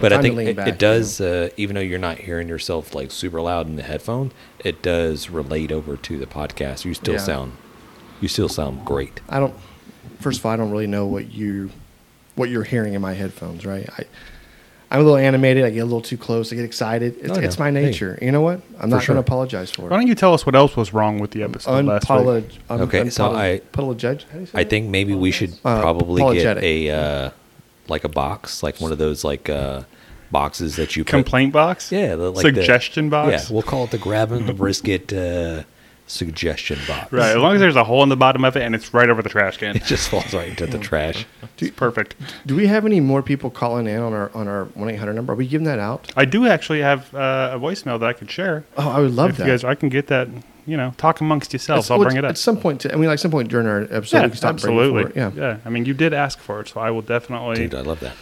But I Time to think lean it, back, it does, uh, even though you're not hearing yourself like super loud in the headphone, it does relate over to the podcast. You still Yeah. sound, you still sound great. I don't. First of all, I don't really know what you, what you're hearing in my headphones, right? I, I'm a little animated. I get a little too close. I get excited. It's, Oh, yeah. it's my Hey. nature. You know what? I'm not sure. going to apologize for Why it. don't you tell us what else was wrong with the episode last week? Unapolog- un- Okay, so I- judge. I think maybe we should Uh, probably apologetic. get a uh, like a box, like one of those like uh, boxes that you put- Complaint box? Yeah, the, like the- Suggestion box? Yeah, we'll call it the grabbing the brisket uh, suggestion box. Right, as long as there's a hole in the bottom of it and it's right over the trash can. It just falls right into the trash. It's perfect. Do we have any more people calling in on our on our one eight hundred number? Are we giving that out? I do actually have uh, a voicemail that I could share. Oh, I would love if that. you guys, I can get that. You know, talk amongst yourselves. At- I'll well, bring it up. at some point. To, I mean, like some point during our episode, we can stop absolutely. Bringing forward. Yeah. I mean, you did ask for it, so I will definitely. Dude, I love that.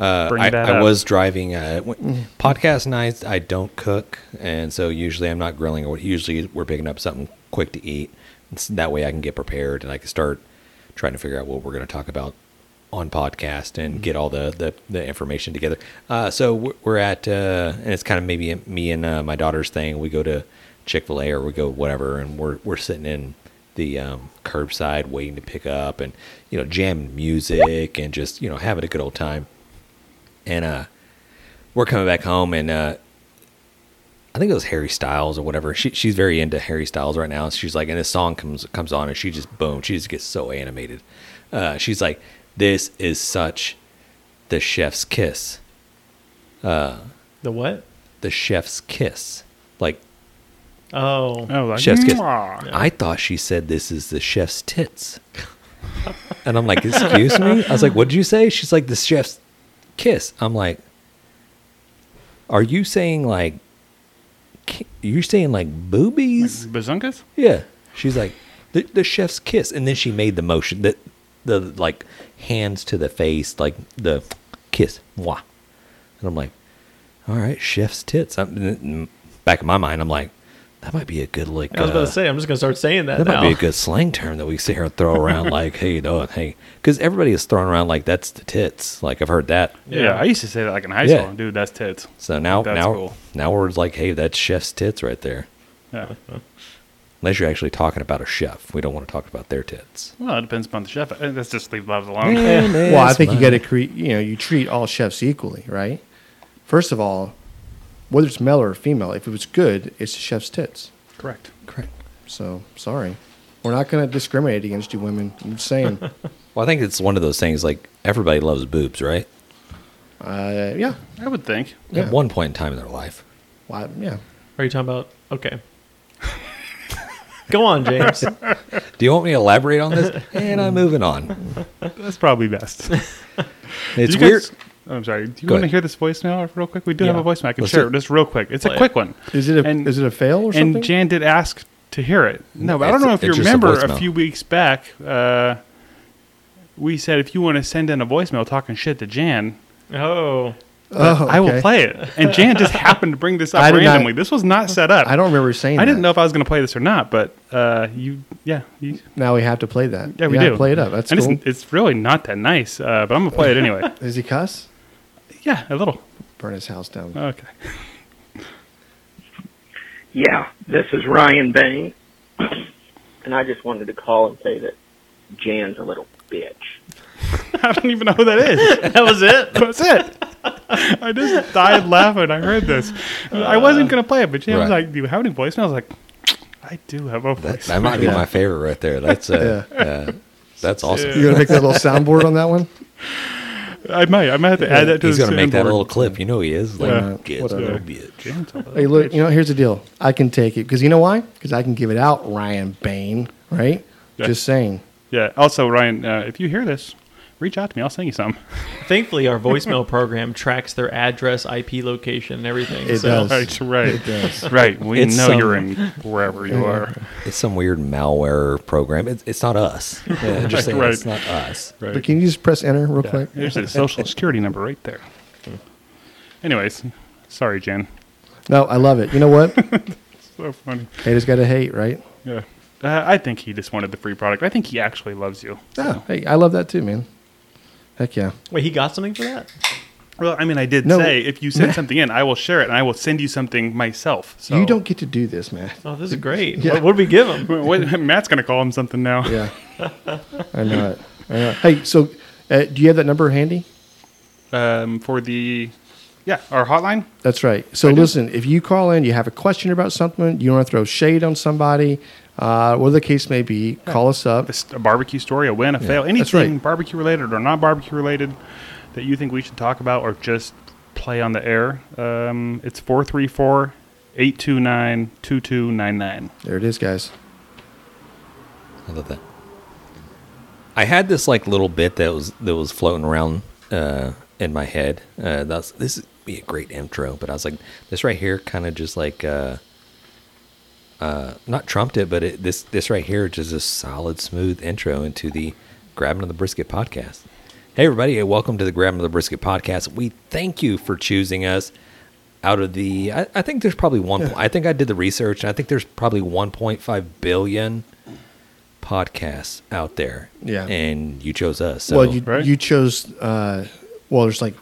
Uh, Bring I, that I up. was driving. Uh, w- podcast nights, I don't cook, and so usually I'm not grilling. Or usually we're picking up something quick to eat. It's- that way I can get prepared and I can start trying to figure out what we're going to talk about on podcast Mm-hmm. and get all the, the, the information together. Uh, so we're, we're at, uh, and it's kind of maybe me and uh, my daughter's thing. We go to Chick Fil A or we go whatever, and we're we're sitting in the um, curbside waiting to pick up, and you know jamming music and just you know having a good old time and uh we're coming back home and uh I think it was Harry Styles or whatever. She, she's very into Harry Styles right now. She's like, and this song comes comes on, and she just boom, she just gets so animated. Uh, she's like, "This is such the chef's kiss, The what? the chef's kiss." Like, Oh, Oh, like, Chef's kiss. "Mwah." I thought she said, "This is the chef's tits," and I'm like, "Excuse me?" I was like, "What did you say?" She's like, "The chef's kiss." I'm like, "Are you saying like ki- you're saying like boobies?" Bazunkas? Yeah. She's like, the, the chef's kiss. And then she made the motion that the like hands to the face, like the kiss. Mwah. And I'm like, all right, chef's tits. I'm, n- n- back in my mind, I'm like, that might be a good like. I was about uh, to say I'm just gonna start saying that, that now. might be a good slang term that we sit here and throw around, like, hey, dog, hey, because everybody is throwing around like that's the tits. Like I've heard that, Yeah. Yeah. I used to say that like in high Yeah. school. Dude, that's tits. so now That's now cool. now we're like, hey, that's chef's tits right there. Yeah. Unless you're actually talking about a chef, we don't want to talk about their tits. Well, it depends upon the chef. Uh, Let's just leave love alone. Well, I think you got to create. You know, you treat all chefs equally, right? First of all, whether it's male or female, if it was good, it's the chef's tits. Correct. Correct. So sorry, we're not going to discriminate against you women. I'm just saying. Well, I think it's one of those things like everybody loves boobs, right? uh, yeah. I would think. Yeah. At one point in time in their life. Well, I- yeah. Are you talking about? Okay. Go on, James. Do you want me to elaborate on this? and I'm moving on. That's probably best. It's Do you weird. guys- Oh, I'm sorry. Do you Go want to ahead. hear this voicemail real quick? We do Yeah. have a voicemail. I can Let's share do it it. just real quick. It's a Play it. quick one. Oh, Is it a And- is it a fail or something? And Jan did ask to hear it. No, but I It's- don't know if you it's just a remember a, voicemail. few weeks back. Uh, we said if you want to send in a voicemail talking shit to Jan, Oh, oh, Uh, I will okay. play it. And Jan just happened to bring this up I did not- randomly. this was not set up. I don't remember saying. I didn't that. know if I was going to play this or not, but uh, you, yeah, you, Now we have to play that. yeah, we You gotta do. Play it up. That's and cool. it's, it's really not that nice, uh, but I'm gonna play it anyway. Is he cuss? yeah, a little. Burn his house down. Okay. Yeah, this is Ryan Bain, and I just wanted to call and say that Jan's a little bitch. I don't even know who that is. that was it. That's it. I just died laughing. I heard this. I wasn't gonna play it, but Jan was Right. like, "Do you have any voicemails?" I was like, "I do have a That, voicemail." that might be Yeah. my favorite right there. That's uh, uh, that's awesome. You gonna make that little soundboard on that one? I might. I might have to add that to He's the gonna make that soundboard. little clip. You know he is. Like, Yeah. kids, Whatever. little bitch. Jan's a little Hey, look, bitch. you know, here's the deal. I can take it because you know why? Because I can give it out, Ryan Bain. Right? Yeah. Just saying. Yeah. Also, Ryan, uh, if you hear this, reach out to me. I'll send you some. Thankfully, our voicemail program tracks their address, IP location, and everything. It so does. Right. Right. does. Right. We It's know some- you're in wherever you are. It's some weird malware program. It's, it's not us. Yeah, just saying, Right. It's not us. Right. But can you just press enter real quick? There's a social security number right there. Anyways, sorry, Jan. No, I love it. You know what? So funny. Haters gotta hate, right? Yeah. Uh, I think he just wanted the free product. I think he actually loves you. Yeah. Hey, I love that too, man. Heck yeah. wait, he got something for that? Well, I mean, I did No. say if you send something in, I will share it and I will send you something myself. So You don't get to do this, man. Oh, this is great. Yeah. What would we give him? What, Matt's gonna call him something now. Yeah, I know it. I know it. Hey, so uh, do you have that number handy? Um, for the yeah, our hotline. That's right. So listen, if you call in, you have a question about something, you want to throw shade on somebody, uh, whatever the case may be, call us up. this a barbecue story, a win, a fail, that's anything right. barbecue related or not barbecue related that you think we should talk about or just play on the air. Um, it's 434 829 2299. There it is, guys. I love that. I had this like little bit that was that was floating around uh, in my head. Uh, that's this would be a great intro, but I was like, this right here kind of just like uh, uh, not trumped it, but it, this this right here just a solid, smooth intro into the Grabbing of the Brisket podcast. Hey everybody, and welcome to the Grabbing of the Brisket podcast. We thank you for choosing us out of the. I, I think there's probably one. po- I think I did the research, and I think there's probably 1.5 billion podcasts out there. Yeah. And you chose us. So well, you right? you chose. Uh, well, there's like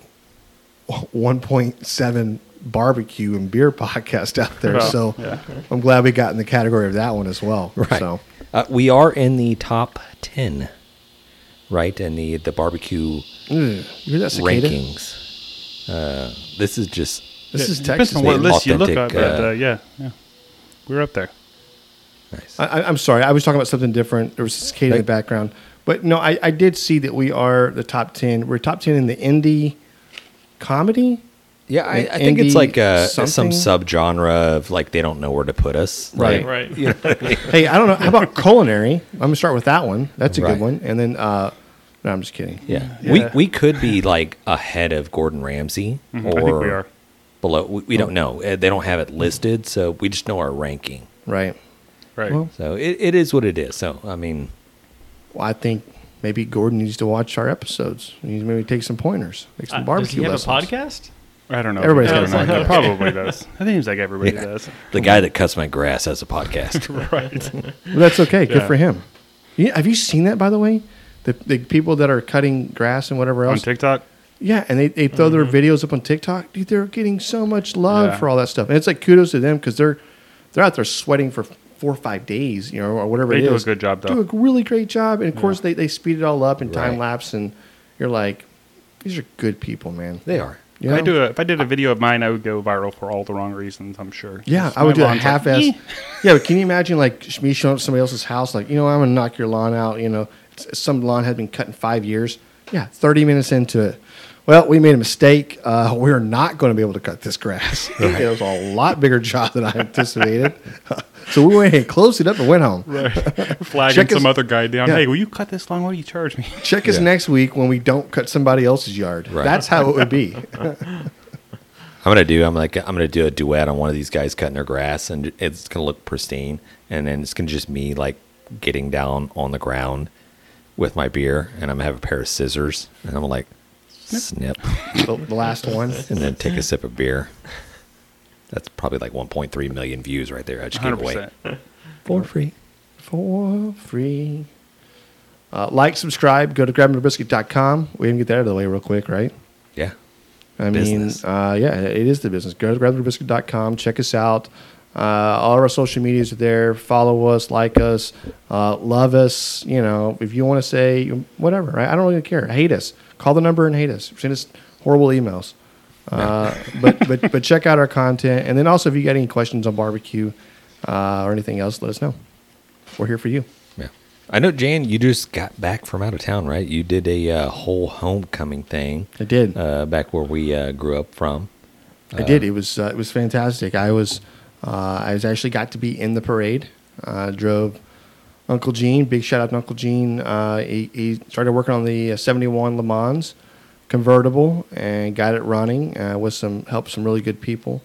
1.7 barbecue and beer podcast out there, Well, so I'm glad we got in the category of that one as well. right. So Uh, we are in the top 10, right? In the, the barbecue you hear that cicada? rankings. Uh, this is just. This is Depends Texas. Texas, on man. what list you look at, Authentic, but uh, uh, yeah, yeah. We're up there. Nice. I, I- I'm sorry, I was talking about something different. There was a cicada in the Right. background, but no, I, I did see that we are the top ten. We're top ten in the indie comedy. Yeah, I, Like I think it's indie like uh, some something? subgenre of like they don't know where to put us. Right. Like, Right. You know what I mean? Hey, I don't know. How about culinary? I'm gonna start with that one. That's a Right. good one. And then, uh, no, I'm just kidding. Yeah. Yeah. We we could be like ahead of Gordon Ramsay Mhm, I or think we are. below. We, we don't know. Uh, They don't have it listed, so we just know our ranking. Right. Right. Well- So it, it is what it is. So I mean, Well, I think maybe Gordon needs to watch our episodes. He needs to maybe take some pointers, make some Uh, does barbecue he have lessons. a podcast? I don't know. Everybody's I got don't know. a It Probably does. It seems like everybody Yeah. does. the guy that cuts my grass has a podcast. Right. Well, that's okay. Good Yeah. for him. You, have you seen that by the way? The, the people that are cutting grass and whatever on else. TikTok. Yeah, and they, they throw their Mm-hmm. videos up on TikTok. Dude, they're getting so much love Yeah. for all that stuff. And it's like kudos to them because they're they're out there sweating for four or five days, you know, or whatever They it do a is. good job, though. Do a really great job. And of course they, they speed it all up and time Right. lapse and you're like, These are good people, man. they are. You If I know? do a, if I did a video of mine, I would go viral for all the wrong reasons. I'm sure. Yeah, Just I would my do a mom's like, half ass. yeah, but can you imagine like sh- me showing up to somebody else's house, like, you know, I'm gonna knock your lawn out. You know, S- some lawn had been cut in five years. Yeah, 30 minutes into it. Well, we made a mistake. Uh, we're not going to be able to cut this grass. It was a lot bigger job than I anticipated. so we went ahead, closed it up, and went home. flagging Check his- some other guy down. Yeah. Hey, will you cut this long? What do you charge me? Check us Yeah. next week when we don't cut somebody else's yard. Right. That's how it would be. I'm gonna do. I'm like. I'm gonna do a duet on one of these guys cutting their grass, and it's gonna look pristine. And then it's gonna just me like getting down on the ground with my beer, and I'm gonna have a pair of scissors, and I'm like snip, the, the last one. and then take a sip of beer. That's probably like 1.3 million views right there. I just gave 100. away percent for free. for free. Uh, like, subscribe, go to grabbingthebrisket.com. We can get that out of the way real quick, right? Yeah, I Business. mean, uh, yeah, it is the business. Go to grabbingthebrisket.com, check us out. Uh, all of our social medias are there. Follow us, like us, uh, love us. You know, if you want to say whatever, right? I don't really care. Hate us. Call the number and hate us. Send us horrible emails. Uh, but, but, but check out our content. And then also, if you got any questions on barbecue uh, or anything else, let us know. We're here for you. yeah. I know, Jan. You just got back from out of town, right? You did a uh, whole homecoming thing. I did. uh, back where we uh, grew up from. I did. It was uh, it was fantastic. I was uh, I was actually got to be in the parade. Uh, drove Uncle Gene. Big shout out to Uncle Gene. Uh, he, he started working on the uh, '71 Le Mans convertible and got it running uh, with some help, some really good people.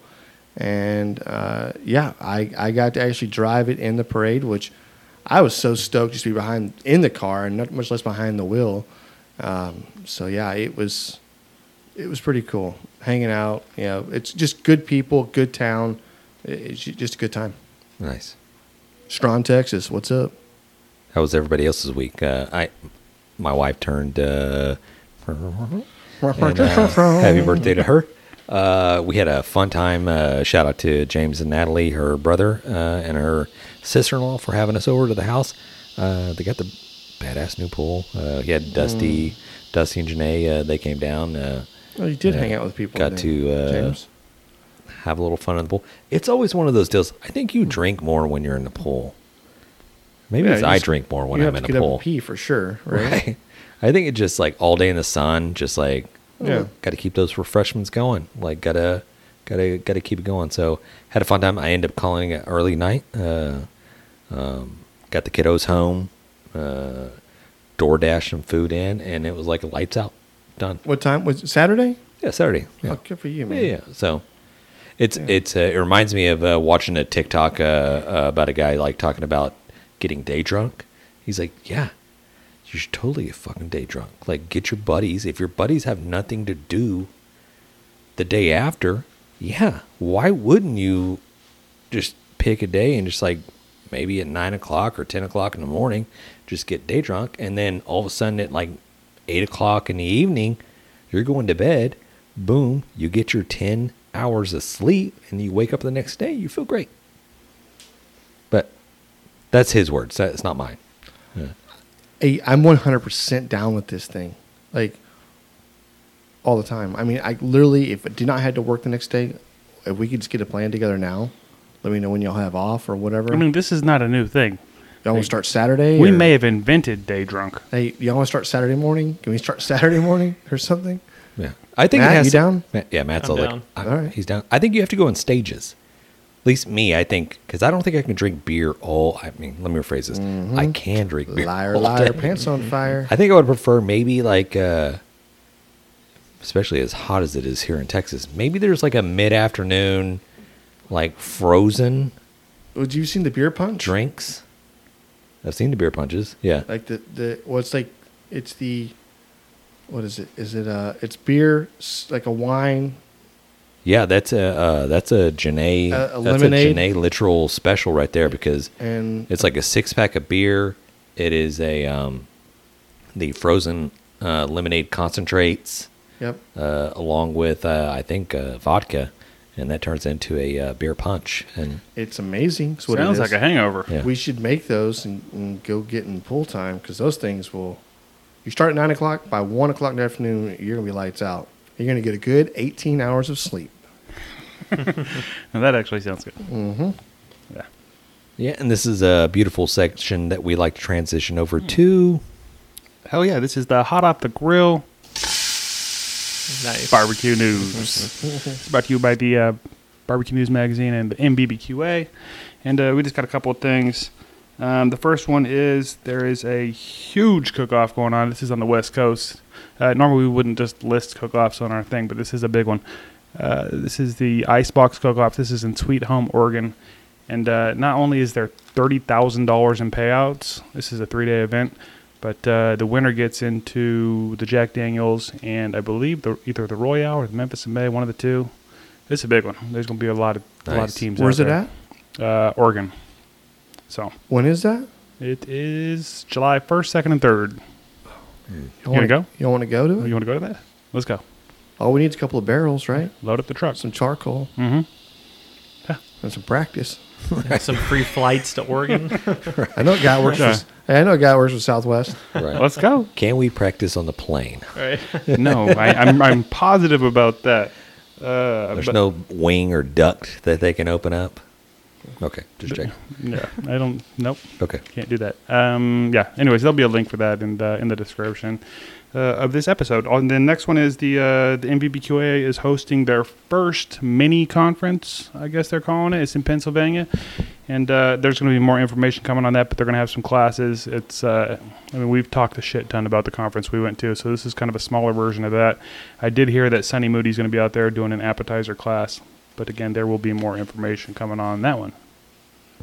And uh, yeah, I, I got to actually drive it in the parade, which I was so stoked just to be behind in the car and not much less behind the wheel. Um, so yeah, it was it was pretty cool hanging out. You know, it's just good people, good town. It's ju- just a good time. Nice. Strong, Texas. What's up? How was everybody else's week? Uh, I, my wife turned uh, and, uh, happy birthday to her. Uh, we had a fun time. Uh, shout out to James and Natalie, her brother, uh, and her sister in law for having us over to the house. Uh, they got the badass new pool. Uh, he had Dusty, Mm. Dusty and Janae. Uh, they came down, uh, Oh, you did Yeah. hang out with people. Got then, to, uh, James. have a little fun in the pool. It's always one of those deals. I think you drink more when you're in the pool. Maybe Yeah, it's you I just- drink more when you I'm have in the to get up pool. and pee for sure, right? Right. I think it just like all day in the sun, just like Yeah. got to keep those refreshments going. Like gotta gotta gotta keep it going. So had a fun time. I ended up calling it early night. Uh, um, got the kiddos home, uh, DoorDash some food in, and it was like lights out, done. What time was it Saturday? Yeah, Saturday. Yeah. Oh, good for you, Yeah, man. yeah. So it's it's uh, it reminds me of uh, watching a TikTok uh, uh, about a guy like talking about getting day drunk. He's like, yeah, you should totally get fucking day drunk. Like, get your buddies. If your buddies have nothing to do the day after, yeah, why wouldn't you just pick a day and just like maybe at nine o'clock or ten o'clock in the morning, just get day drunk, and then all of a sudden at like eight o'clock in the evening, you're going to bed. Boom, you get your ten hours of sleep, and you wake up the next day, you feel great. But that's his words. That's not mine. Hey, I'm 100% down with this thing. Like, all the time. I mean, I literally, if I did not have to work the next day, if we could just get a plan together now, let me know when y'all have off or whatever. I mean, this is not a new thing. y'all want to start Saturday? We or- may have invented day drunk. Hey, y'all want to start Saturday morning? Can we start Saturday morning or something? Yeah, I think Matt, it has you down? Ma- yeah, Matt's I'm all down. like, All all right. right. he's down. I think you have to go in stages. At least me, I think, because I don't think I can drink beer all. I mean, let me rephrase this: I can drink beer. Mm-hmm. Liar, all liar, day. pants on fire. I think I would prefer maybe like, uh, especially as hot as it is here in Texas. Maybe there's like a mid-afternoon, like frozen Would you seen the beer punch? drinks. I've seen the beer punches. Yeah, like the the well, it's like it's the what is it? Is it uh? It's beer, s- like a wine. yeah. That's a uh, that's a Janae A- a that's lemonade? a Janae literal special right there because And It's like a six pack of beer. It is a um, the frozen uh, lemonade concentrates yep, uh, along with uh, I think uh, vodka, and that turns into a uh, beer punch. And it's amazing. It's what it Sounds is. like a hangover. Yeah. We should make those and, and go get in pool time because those things will. You start at nine o'clock. By one o'clock in the afternoon, you're gonna be lights out. You're gonna get a good eighteen hours of sleep. Now that actually sounds good. yeah, and this is a beautiful section that we like to transition over Hmm. to. Hell yeah, this is the hot off the grill Nice. barbecue news. it's brought to you by the uh, Barbecue News Magazine and the MBBQA. And uh, we just got a couple of things. Um, the first one is there is a huge cook off going on. This is on the West Coast. Uh, normally, we wouldn't just list cook offs on our thing, but this is a big one. Uh, this is the Icebox Cook Off. This is in Sweet Home, Oregon. And uh, not only is there $30,000 in payouts, this is a three day event, but uh, the winner gets into the Jack Daniels and I believe the, either the Royale or the Memphis and May, one of the two. It's a big one. There's going to be a lot of a lot of Nice. teams. Where's out it there. at? Uh, Oregon. So When is that? it is July 1st, 2nd, and 3rd. You want to go? You want to go to You it? want to go to that? Let's go. All we need is a couple of barrels, right? Load up the truck. Some charcoal Mm-hmm. and some practice. Some free flights to Oregon. I know a guy works. Sure. For, I know a guy works for Southwest. Right. Let's go. Can we practice on the plane? right. no, I, I'm, I'm positive about that. Uh, There's but- no wing or duct that they can open up. Okay, just check. Yeah, I don't. Nope. Okay, Can't do that. Um, yeah. Anyways, there'll be a link for that in the in the description uh, of this episode. On the next one is the uh, the MVBQA is hosting their first mini conference. I guess they're calling it. It's in Pennsylvania, and uh, there's going to be more information coming on that. But they're going to have some classes. It's. Uh, I mean, we've talked a shit ton about the conference we went to, so this is kind of a smaller version of that. I did hear that Sunny Moody's going to be out there doing an appetizer class, but again, there will be more information coming on that one.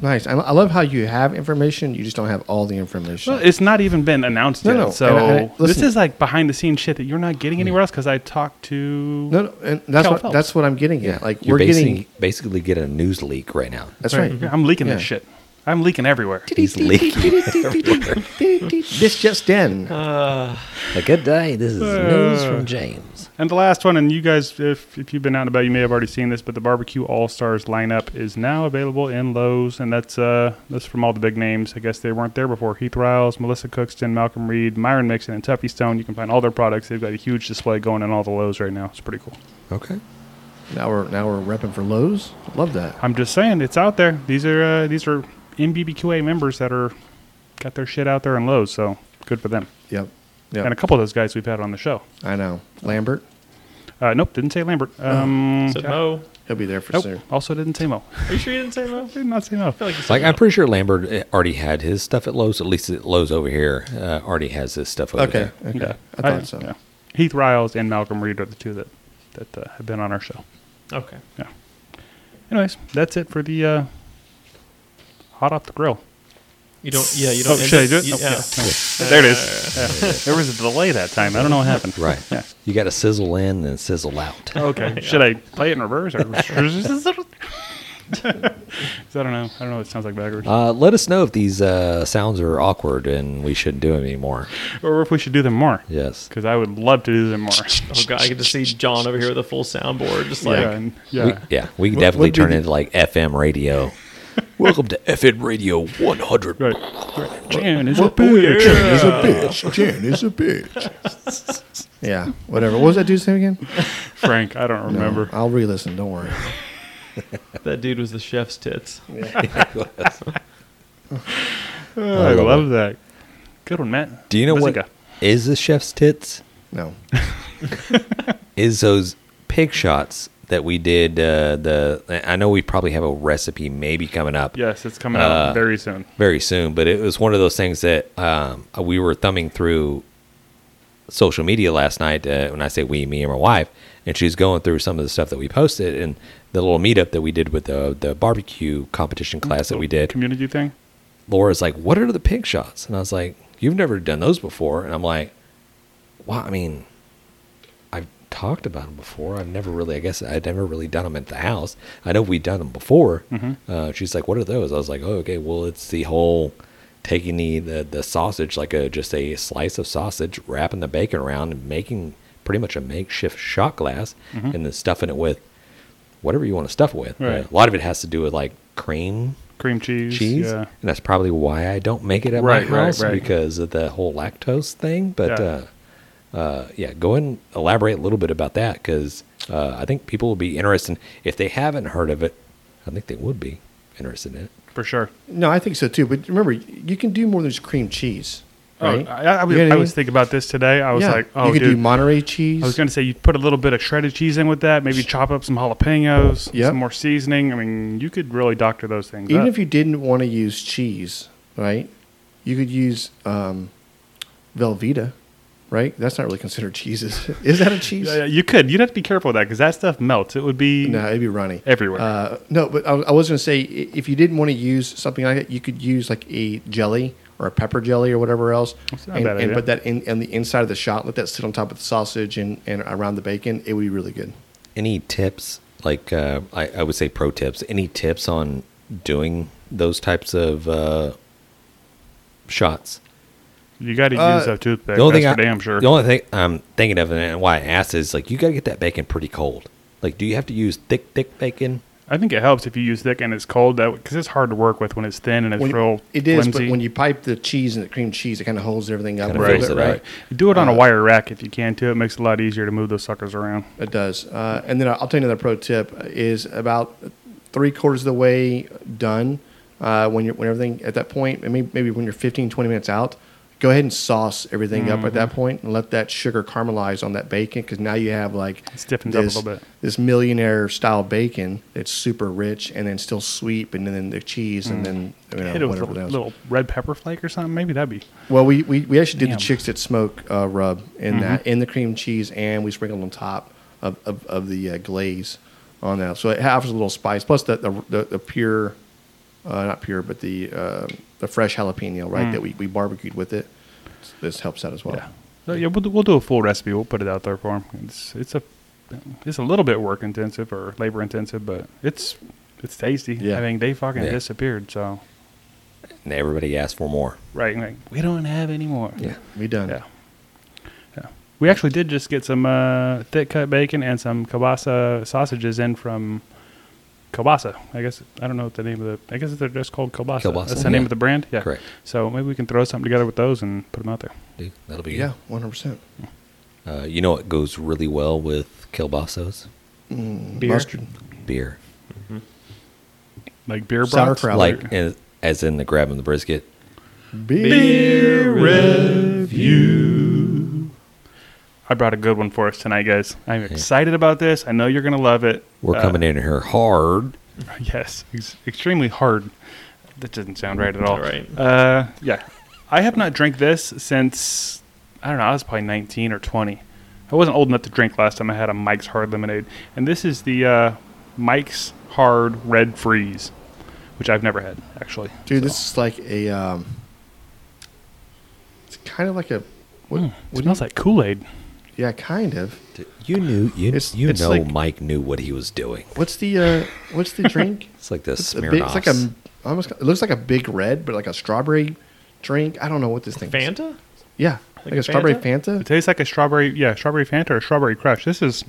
Nice. I, I love how you have information. You just don't have all the information. Well, it's not even been announced No, yet. no, So and I- this listen- is like behind the scenes shit that you're not getting anywhere else because I talked to. no, no, and that's Cal what Phelps. that's what I'm getting at. Like you're we're basically, getting. basically get a news leak right now. That's right. I'm leaking Yeah. this shit. I'm leaking everywhere. He's leaking. this just in. Uh. Like, Good day. This is Uh. news from James. And the last one, and you guys, if, if you've been out and about, you may have already seen this, but the barbecue All Stars lineup is now available in Lowe's, and that's uh that's from all the big names. I guess they weren't there before. Heath Riles, Melissa Cookston, Malcolm Reed, Myron Mixon, and Tuffy Stone. You can find all their products. They've got a huge display going in all the Lowe's right now. It's pretty cool. Okay. Now we're now we're repping for Lowe's. Love that. I'm just saying, it's out there. These are uh, these are MBBQA members that are got their shit out there in Lowe's, so good for them. Yep. And a Yep. couple of those guys we've had on the show. I know. Lambert, Uh, nope, didn't say Lambert. Um, Said Mo. he'll be there for nope, soon. also didn't say Mo. Are you sure you didn't say Mo? I feel Did not say Mo. like you said Like, Mo. I'm pretty sure Lambert eh, already had his stuff at Lowe's. At least at Lowe's over here uh, already has his stuff over Okay. there. Okay. Yeah. I thought so. yeah. Heath Riles and Malcolm Reed are the two that that uh, have been on our show. Okay. Yeah. Anyways, that's it for the uh, hot off the grill. You don't. Yeah, you don't. oh, should I do it? you- Oh, yeah. yeah. There it is. Yeah. There was a delay that time. I don't know what happened. Right. Yeah. You got to sizzle in and sizzle out. Okay. Should I play it in reverse? Or... 'Cause I don't know. I don't know. It sounds like backwards. Uh, let us know if these uh, sounds are awkward and we shouldn't do them anymore. or if we should do them more. Yes. Because I would love to do them more. Oh god, I get to see John over here with a full soundboard, just like yeah. and- yeah. We, yeah, we can What- definitely what turn did it you- into like FM radio. Welcome to FM Radio 100. Right. right. Jan is a Jan bitch. is a bitch. Jan is a bitch. yeah. Whatever. What was that dude's name again? Frank, I don't No, remember. I'll re-listen. Don't worry. that dude was the chef's tits. Oh, I love that. Good one, Matt. Do you know Bazinga. what is the chef's tits? No. Is those pig shots that we did uh, the I know we probably have a recipe maybe coming up Yes, it's coming out very soon. very soon, but it was one of those things that um, we were thumbing through social media last night. Uh, when I say we, me and my wife, and she's going through some of the stuff that we posted and the little meetup that we did with the the barbecue competition class that we did. Community thing. Laura's like, "What are the pig shots?" And I was like, "You've never done those before." And I'm like, "Well, I mean, I've talked about them before. I've never really, I guess, I'd never really done them at the house. I know we've done them before." Uh, she's like, "What are those?" I was like, "Oh, okay. Well, it's the whole taking the the, the sausage like a just a slice of sausage, wrapping the bacon around, and making pretty much a makeshift shot glass, and then stuffing it with." Whatever you want to stuff it with. Right. a lot of it has to do with like cream Cream cheese. cheese, Yeah. and that's probably why I don't make it at Right, my right, house right. because of the whole lactose thing. But Yeah. Uh, uh, yeah, go ahead and elaborate a little bit about that because uh, I think people will be interested if they haven't heard of it. I think they would be interested in it. For sure. No, I think so too. But remember, you can do more than just cream cheese. Right? Oh, I, I, You was, know what I mean? was thinking about this today. I was Yeah. like, oh, you could dude. do Monterey cheese. I was going to say you put a little bit of shredded cheese in with that. Maybe chop up some jalapenos, Yep. some more seasoning. I mean, you could really doctor those things. Even up. if you didn't want to use cheese, right? You could use um, Velveeta, right? That's not really considered cheese. Is, it? Is that a cheese? Yeah, yeah, you could. You'd have to be careful with that because that stuff melts. It would be No, it'd be runny. everywhere. Uh, no, but I, I was going to say i- if you didn't want to use something like that, you could use like a jelly or a pepper jelly or whatever else, That's not a and, bad and idea. put that in on the inside of the shot. Let that sit on top of the sausage and, and around the bacon. It would be really good. Any tips? Like uh, I, I would say, pro tips. Any tips on doing those types of uh, shots? you got to use uh, that toothpick. the only thing That's for I, damn sure. The only thing I'm thinking of and why I asked is like you got to get that bacon pretty cold. Like, do you have to use thick, thick bacon? I think it helps if you use thick and it's cold. That because it's hard to work with when it's thin and it's When- real. it is, flimsy. but when you pipe the cheese and the cream cheese, it kind of holds everything up. Kinda a fills little bit, it up. right? Do it uh, on a wire rack if you can too. It makes it a lot easier to move those suckers around. It does. Uh, and then I'll tell you another pro tip is about three quarters of the way done. Uh, when you're when everything at that point, and maybe, maybe when you're 15, 20 minutes out, go ahead and sauce everything up at Mm-hmm. that point and let that sugar caramelize on that bacon because now you have like It stiffens up a little bit. This millionaire style bacon that's super rich and then still sweet, and then the cheese and then you know, Mm. Hit it with a whatever else. little red pepper flake or something. Maybe that'd be. Well, we, we, we actually did Damn. Mm-hmm. the chicks that smoke uh, rub in that in the cream cheese, and we sprinkled on top of, of, of the uh, glaze on that. So it offers a little spice. Plus the the, the, the pure, uh, not pure, but the uh, the fresh jalapeno, right? That we, we barbecued with it. This helps out as well. Mm. Yeah. So, yeah, we'll do, we'll do a full recipe. We'll put it out there for them. It's it's a it's a little bit work intensive or labor intensive, but it's it's tasty. Yeah. I mean, they fucking Yeah. disappeared. So and everybody asked for more. Right. Like, we don't have any more. We done. Yeah. Yeah. We actually did just get some uh, thick cut bacon and some kielbasa sausages in from kielbasa. I guess I don't know what the name of the. I guess they're just called kielbasa. Kielbasa, That's the name yeah. of the brand. Yeah. Correct. So maybe we can throw something together with those and put them out there. Dude, that'll be Yeah, one hundred percent. Uh, you know what goes really well with kielbasa's? Beer. Mustard. Beer. Like beer brats. Sauerkraut. Probably. Like as, as in the grabbing the brisket. Beer. I brought a good one for us tonight, guys. I'm excited about this. I know you're gonna love it. Uh, We're Uh, coming in here hard. Yes, ex- extremely hard. That doesn't sound right at all. All right. Uh, yeah. I have not drank this since I don't know. I was probably 19 or 20. I wasn't old enough to drink last time. I had a Mike's Hard Lemonade, and this is the uh, Mike's Hard Red Freeze, which I've never had actually. Dude, So, this is like a. Um, it's kind of like a. What, mm, what do smells like Kool Aid. you- yeah, kind of. You knew you It's- you it's know like- Mike knew what he was doing. What's the uh, What's the drink? It's like this It's, a big, it's like a Smirnoff's. almost. It looks like a big red, but like a strawberry drink. I don't know what this thing. is. Fanta? Yeah, like, a strawberry Fanta. It tastes like a strawberry, yeah, strawberry Fanta or strawberry crush. This is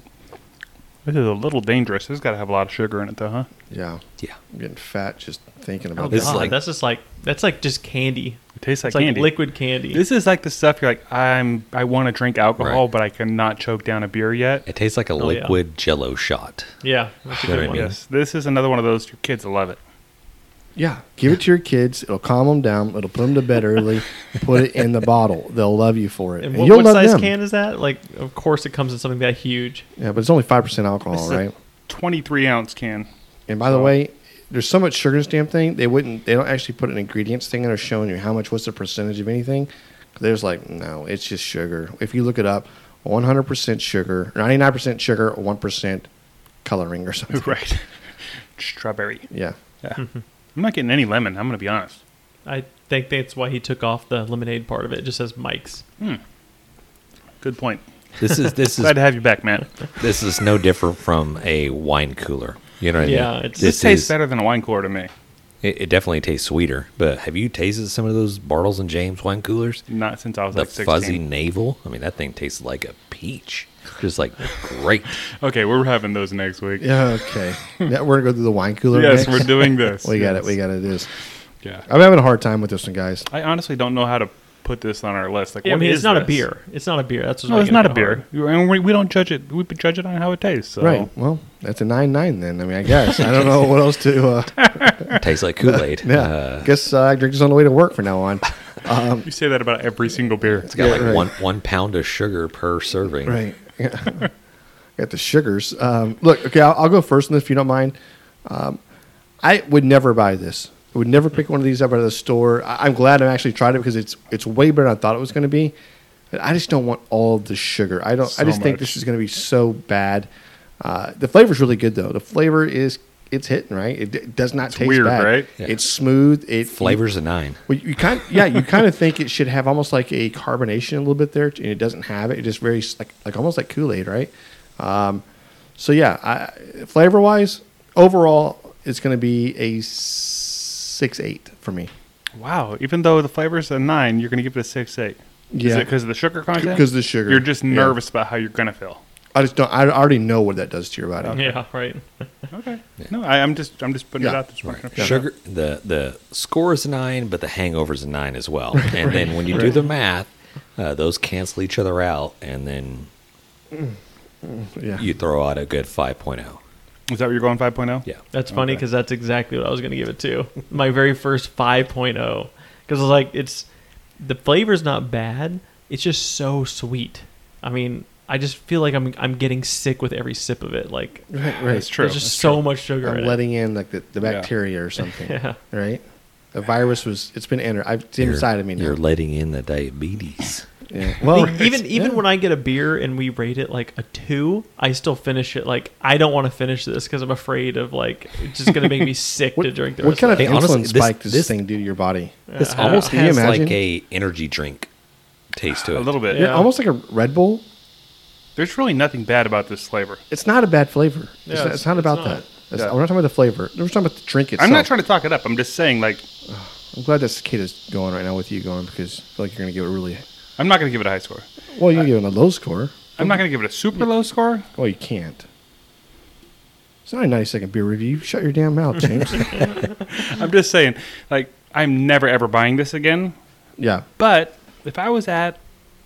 this is a little dangerous. This has got to have a lot of sugar in it, though, huh? Yeah, Yeah. I'm getting fat just thinking Oh, about It's it's this. God, like- like, that's just like that's like just candy. It tastes like It's like candy. liquid candy. This is like the stuff you're like, I'm I want to drink alcohol, Right. but I cannot choke down a beer yet. It tastes like a Oh, yeah. liquid jello shot. yeah, that's a Know what I good one. mean? Yes, this is another one of those. Your kids will love it. Yeah, give it to your kids. It'll calm them down. It'll put them to bed early. put it in the bottle. They'll love you for it, And and, what, you'll what love size them. can is that? Like, of course, it comes in something that huge. Yeah, but it's only five percent alcohol, This is a right? 23 ounce can. And by the so- way, there's so much sugar in this damn thing. They wouldn't. They don't actually put an ingredients thing in there showing you how much, what's the percentage of anything. There's like no, it's just sugar. If you look it up, 100% sugar, 99% sugar, 1% coloring or something. right. Strawberry. Yeah. Yeah. I'm not getting any lemon. I'm gonna be honest. I think that's why he took off the lemonade part of it. It just says Mike's. Good point. This is this is Glad to have you back, Matt. this is no different from a wine cooler. You know what I Yeah, mean? it's- This, tastes is- better than a wine cooler to me. It, it definitely tastes sweeter. But have you tasted some of those Bartles and James wine coolers? Not since I was The like 16. fuzzy navel. I mean, that thing tastes like a peach. Just like great. Okay, we're having those next week. Yeah. Okay. now we're gonna go through the wine cooler. Yes, next. we're doing this. We got it. Yes. We got it. It is. Yeah. I'm having a hard time with this one, guys. I honestly don't know how to put this on our list. Like, Yeah, I what mean, is it's not a this? beer. It's not a beer. That's what's No, it's making it not a beer. hard. And we, we don't judge it. We judge it on how it tastes. So. Right. Well, that's a nine nine then. I mean, I guess I don't know what else to. Uh, tastes like Kool Aid. yeah. Uh, guess uh, I drink this on the way to work from now on. You say that about every single beer. it's got Yeah, like right. one one pound of sugar per serving. Right. Yeah. Got the sugars. Um, look, okay, I'll, I'll go first, if you don't mind. Um, I would never buy this. I would never pick one of these up out of the store. I, I'm glad I actually tried it because it's it's way better than I thought it was going to be. But I just don't want all of the sugar. I don't. So I just think much. this is going to be so bad. Uh, the flavor's really good though. The flavor is it's hitting right. It, d- does not taste weird, bad. right? Yeah. It's smooth. It Flavors a nine. well, you kind yeah, you kind of think it should have almost like a carbonation a little bit there, and it doesn't have it. It just very s- like like almost like Kool Aid, right? Um, so yeah, I, flavor wise, overall, it's going to be a six eight for me Wow. Even though the flavor's a nine, you're going to give it a six eight. Is Yeah. it because of the sugar content? because the sugar. You're just Yeah. nervous about how you're going to feel. I just don't. I already know what that does to your body. Yeah, right. Okay. No, I, I'm just I'm just putting it Yeah. out there. Right. Sugar the the score is a nine, but the hangover's a nine as well. And then when you do the math, uh, those cancel each other out, and then Yeah. you throw out a good oh. 5.0. Is that what you're going oh? 5.0? Yeah. That's funny because that's exactly what I was going to give it to. My very first 5.0. Because it's like, it's the flavor's not bad. It's just so sweet. I mean, I just feel like I'm I'm getting sick with every sip of it. Like, right, That's right. true. there's just That's true. so much sugar I'm in letting in like the, the Yeah. bacteria or something. Yeah. Right. The virus was. It's been entered. I've- It's inside of me now. You're letting in the diabetes. yeah. it. Well, Like, even even yeah. when I get a beer and we rate it like a two, I still finish it. Like I don't want to finish this because I'm afraid of like it's just gonna make me sick to drink the what rest kind of of Hey, insulin honestly, this- spike does this- this thing do to your body? This almost Can you has like imagine? a energy drink taste to it. A little bit. Yeah, Yeah. almost like a Red Bull. There's really nothing bad about this flavor. It's not a bad flavor. Yeah, it's, not, it's- it's not it's about not. that. It's- Yeah. We're not talking about the flavor. We're talking about the drink itself. I'm not trying to talk it up. I'm just saying, like, I'm glad this kid is going right now with you going because I feel like you're going to give it really. I'm not going to give it a high score. Well, you're going to give it a low score. I'm not going to give it a super low score. Well, you can't. It's not a 90 second beer review. Shut your damn mouth, James. I'm just saying, like, I'm never ever buying this again. yeah. But if I was at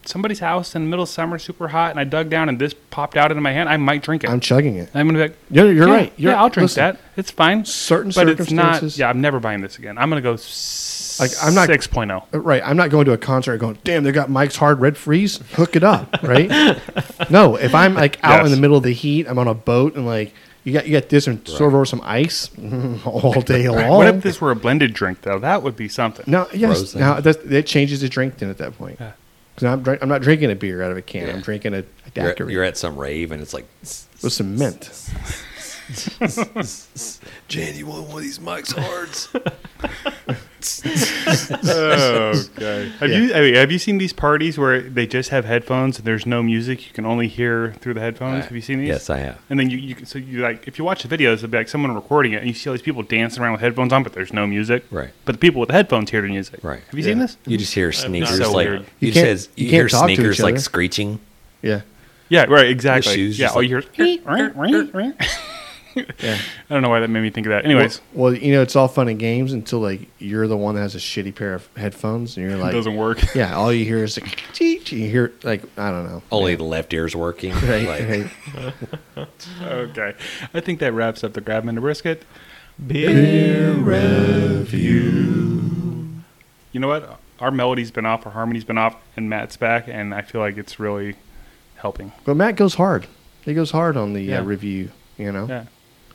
somebody's house in the middle of summer, super hot, and I dug down and this popped out into my hand, I might drink it. I'm chugging it. I'm gonna be like, You're, you're yeah, right. You're, yeah, I'll drink listen, that. It's fine. Certain But it's not. circumstances. Yeah, I'm never buying this again. I'm gonna go. s- oh. Like, I'm not- 6.0. Uh, Right. I'm not going to a concert going, damn, they got Mike's Hard Red Freeze. Hook it up. Right. no, if I'm like out in Yes. the middle of the heat, I'm on a boat and like, you got you got this and serve over some ice all day long. What if this were a blended drink though? That would be something. No, yes. Frozen. Now that that changes the drink then at that point. Yeah. 'Cause I'm, drink, I'm not drinking a beer out of a can. Yeah. I'm drinking a, a You're at, daiquiri you're at some rave and it's like, with some mint. Jan, you want one of these Mike's Hards? oh god. Have Yeah. you I mean, have you seen these parties where they just have headphones and there's no music? You can only hear through the headphones. have you seen these? Uh, yes, I have. And then you, you so you like if you watch the videos, it'd be like someone recording it, and you see all these people dancing around with headphones on, but there's no music. Right. But the people with the headphones hear the music. Right. Have you seen this? You just hear sneakers so like weird. you, You just can't- has, you you can't hear talk to each sneakers like other. screeching. Yeah. Yeah. Right. Exactly. shoes yeah. just All like- you hear. I Yeah. don't know why that made me think of that. Anyways, Well, well, you know, it's all fun and games until like you're the one that has a shitty pair of headphones and you're it like, doesn't work. yeah, all you hear is like, cheek, you hear like, I don't know. Only the left ear's working. Right, like, right. okay. I think that wraps up the grab and the brisket. You know what? Our melody's been off, our harmony's been off, and Matt's back, and I feel like it's really helping. But Matt goes hard. He goes hard on the Yeah. uh, review. You know, Yeah.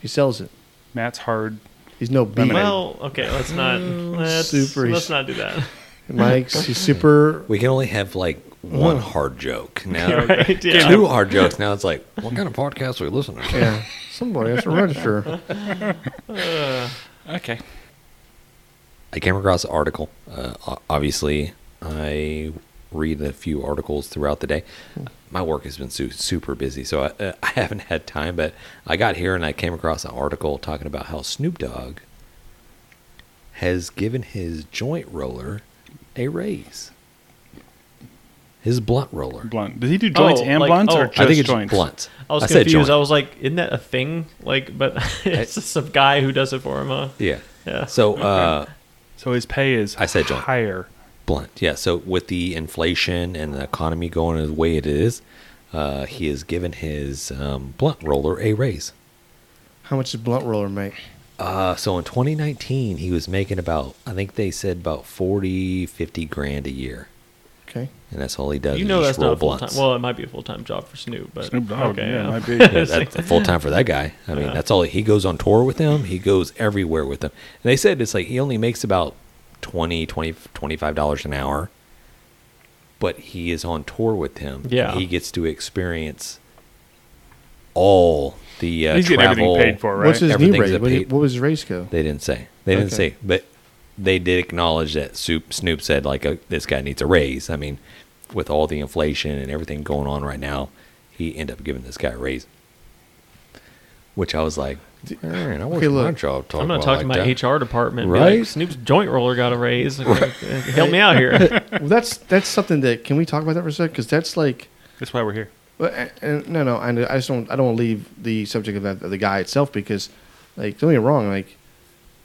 he sells it. Matt's hard. He's no beat. Well, okay, let's not let's, Mm, Super- let's not do that. Mike's he's super. we can only have like one hard joke now. Right? Yeah. Two hard jokes now. It's like, what kind of podcast are we listening to? Yeah, somebody has to register. Okay. I came across an article. Uh, o- obviously, I read a few articles throughout the day. Hmm. My work has been su- super busy, so I, uh, I haven't had time. But I got here and I came across an article talking about how Snoop Dogg has given his joint roller a raise. His blunt roller. Blunt. Does he do joints Oh, and like- blunts oh. or I just I think it's joints? blunt. I was said confused. joint. I was like, isn't that a thing? Like, but it's just some guy who does it for him, huh? yeah. Yeah. So uh, So his pay is I said joint. higher. blunt. Yeah. So with the inflation and the economy going the way it is, uh, he has given his um, blunt roller a raise. How much is blunt roller make? Uh, so in 2019, he was making about, I think they said about 40, 50 grand a year. Okay, And that's all he does. You is know just that's not roll a full time. blunts. Well, it might be a full time job for Snoop, but okay, yeah. Yeah, that's full time for that guy. I mean, that's all he goes on tour with them. He goes everywhere with them. And they said it's like he only makes about 20, 20 25 dollars an hour, but he is on tour with him. Yeah. he gets to experience all the uh, He's getting travel. everything paid for, right? what's his new Everything's rate? a What, paid- what was his race go? They didn't say. They didn't Okay. say, but they did acknowledge that Snoop, Snoop said like uh, this guy needs a raise. I mean, with all the inflation and everything going on right now, he ended up giving this guy a raise. Which I was like, man, I wish okay, look, my job talked I'm gonna about talk to my like that." HR department. and be Right? Like, Snoop's joint roller got a raise. Like, Help me out here. Well, that's that's something that can we talk about that for a second? Because that's like, That's why we're here. well, a- and, no, no, I, I just don't, I don't want to leave the subject of, that, of the guy itself because, like, don't get me wrong, like,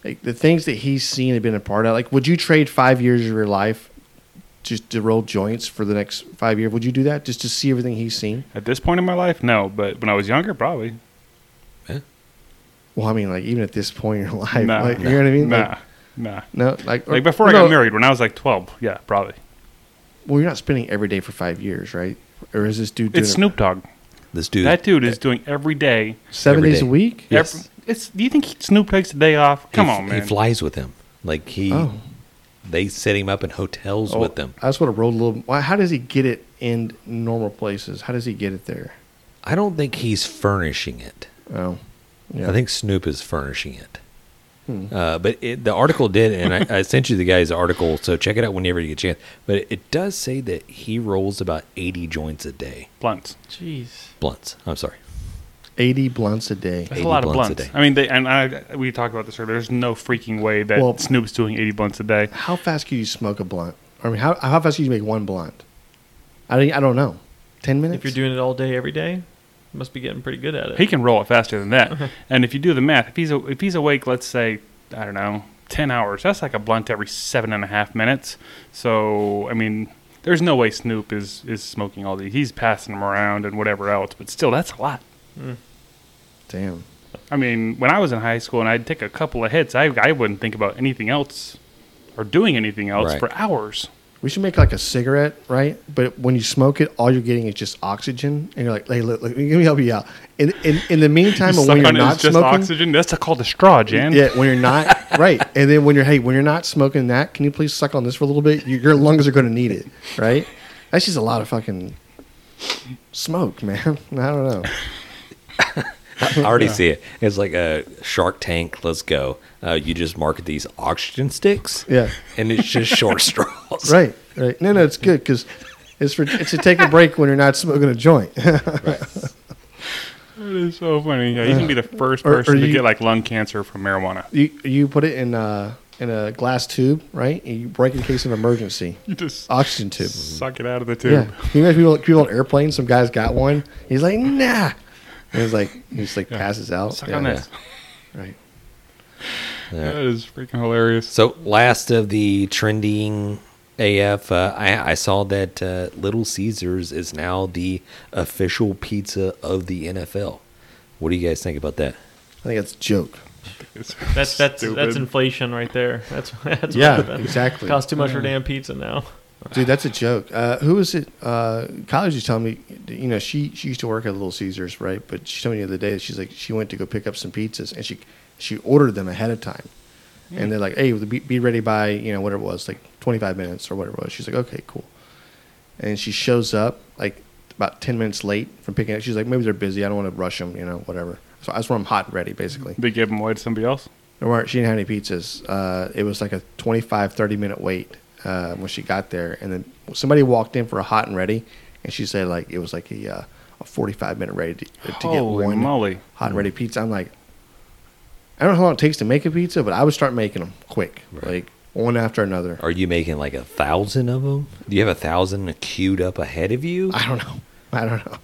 like the things that he's seen and been a part of. Like, would you trade five years of your life just to roll joints for the next five years? Would you do that just to see everything he's seen? At this point in my life, no. But when I was younger, probably. Well, I mean, like, even at this point in your life, Nah. like, you know what I mean? Nah. Like, nah. no, like, Like before I no, got married, when I was like 12, yeah, probably. Well, you're not spending every day for five years, right? Or is this dude doing It's it Snoop Dogg. This dude, That dude is doing every day. seven every days day. a week? Yes. Every, it's. Do you think he- Snoop takes a day off? he Come f- on, he man. flies with him. Like he, Oh. they set him up in hotels Oh, with them. I just want to roll a little. Why, how does he get it in normal places? How does he get it there? I don't think he's furnishing it. Oh, yeah. Hmm. I think Snoop is furnishing it. Uh, but it, the article did, and I, I sent you the guy's article, so check it out whenever you get a chance. But it, it does say that he rolls about 80 joints a day. Blunts. Jeez. Blunts, I'm sorry. 80 blunts a day. That's 80 a lot of blunts a blunts. day. I mean, they, and I, we talked about this earlier. There's no freaking way that Well- Snoop's doing 80 blunts a day. How fast can you smoke a blunt? I mean, how, how fast can you make one blunt? I don't, I don't know. 10 minutes? If you're doing it all day, every day, you must be getting pretty good at it. He can roll it faster than Uh-huh. that. and if you do the math, if he's a, if he's awake, let's say I don't know, 10 hours. That's like a blunt every seven and a half minutes. So I mean, there's no way Snoop is is smoking all these. He's passing them around and whatever else. But still, that's a lot. Damn. I mean, when I was in high school and I'd take a couple of hits, I I wouldn't think about anything else or doing anything else Right. for hours. We should make like a cigarette, right? But when you smoke it, all you're getting is just oxygen, and you're like, "Hey, look, look let me help you out." In in, in the meantime, Suck when you're on it, it's not just smoking, oxygen. That's a call to straw, Jan. yeah, when you're not right, and then when you're hey, when you're not smoking that, can you please suck on this for a little bit? Your, your lungs are going to need it, right? That's just a lot of fucking smoke, man. I don't know. I already see it. It's like a Shark Tank. Let's go. Uh, you just market these oxygen sticks. Yeah. and it's just short straws. Right, right. No, no, it's good because it's for it's to take a break when you're not smoking a joint. It is so funny. Yeah, you can be the first Or- or person to you- get like lung cancer from marijuana. you you put it in a in a glass tube, right? And you break in case of emergency. You just Oxygen tube. Mm-hmm. suck it out of the tube. Yeah. Can you imagine people, people on airplanes? Some guy's got one. He's like, nah. And he's like, he just like passes out. Suck Yeah, on yeah. this. Right. Yeah. That is freaking hilarious. So last of the trending AF, uh, I, I saw that uh, Little Caesars is now the official pizza of the NFL. What do you guys think about that? I think that's a joke. It's That's that's stupid. that's inflation right there. That's that's Yeah, that exactly. Costs too much for damn pizza now. Dude, that's a joke. Uh, who is it? Uh, college was telling me, you know, she, she used to work at Little Caesars, right? But she told me the other day that she's like, she went to go pick up some pizzas and she she ordered them ahead of time. And they're like, hey, be, be ready by, you know, whatever it was, like 25 minutes or whatever it was. She's like, okay, cool. And she shows up like about 10 minutes late from picking up. She's like, maybe they're busy. I don't want to rush them, you know, whatever. So I just want them hot and ready, basically. They gave them away to somebody else. There weren't, she didn't have any pizzas. Uh, it was like a 25, 30 minute wait uh, when she got there. And then somebody walked in for a hot and ready. And she said, like, it was like a, uh, a 45 minute ready to, to get Holy one moly! hot and ready pizza. I'm like, I don't know how long it takes to make a pizza, but I would start making them quick, like one after another. Are you making like a thousand of them? Do you have a thousand queued up ahead of you? I don't know. I don't know.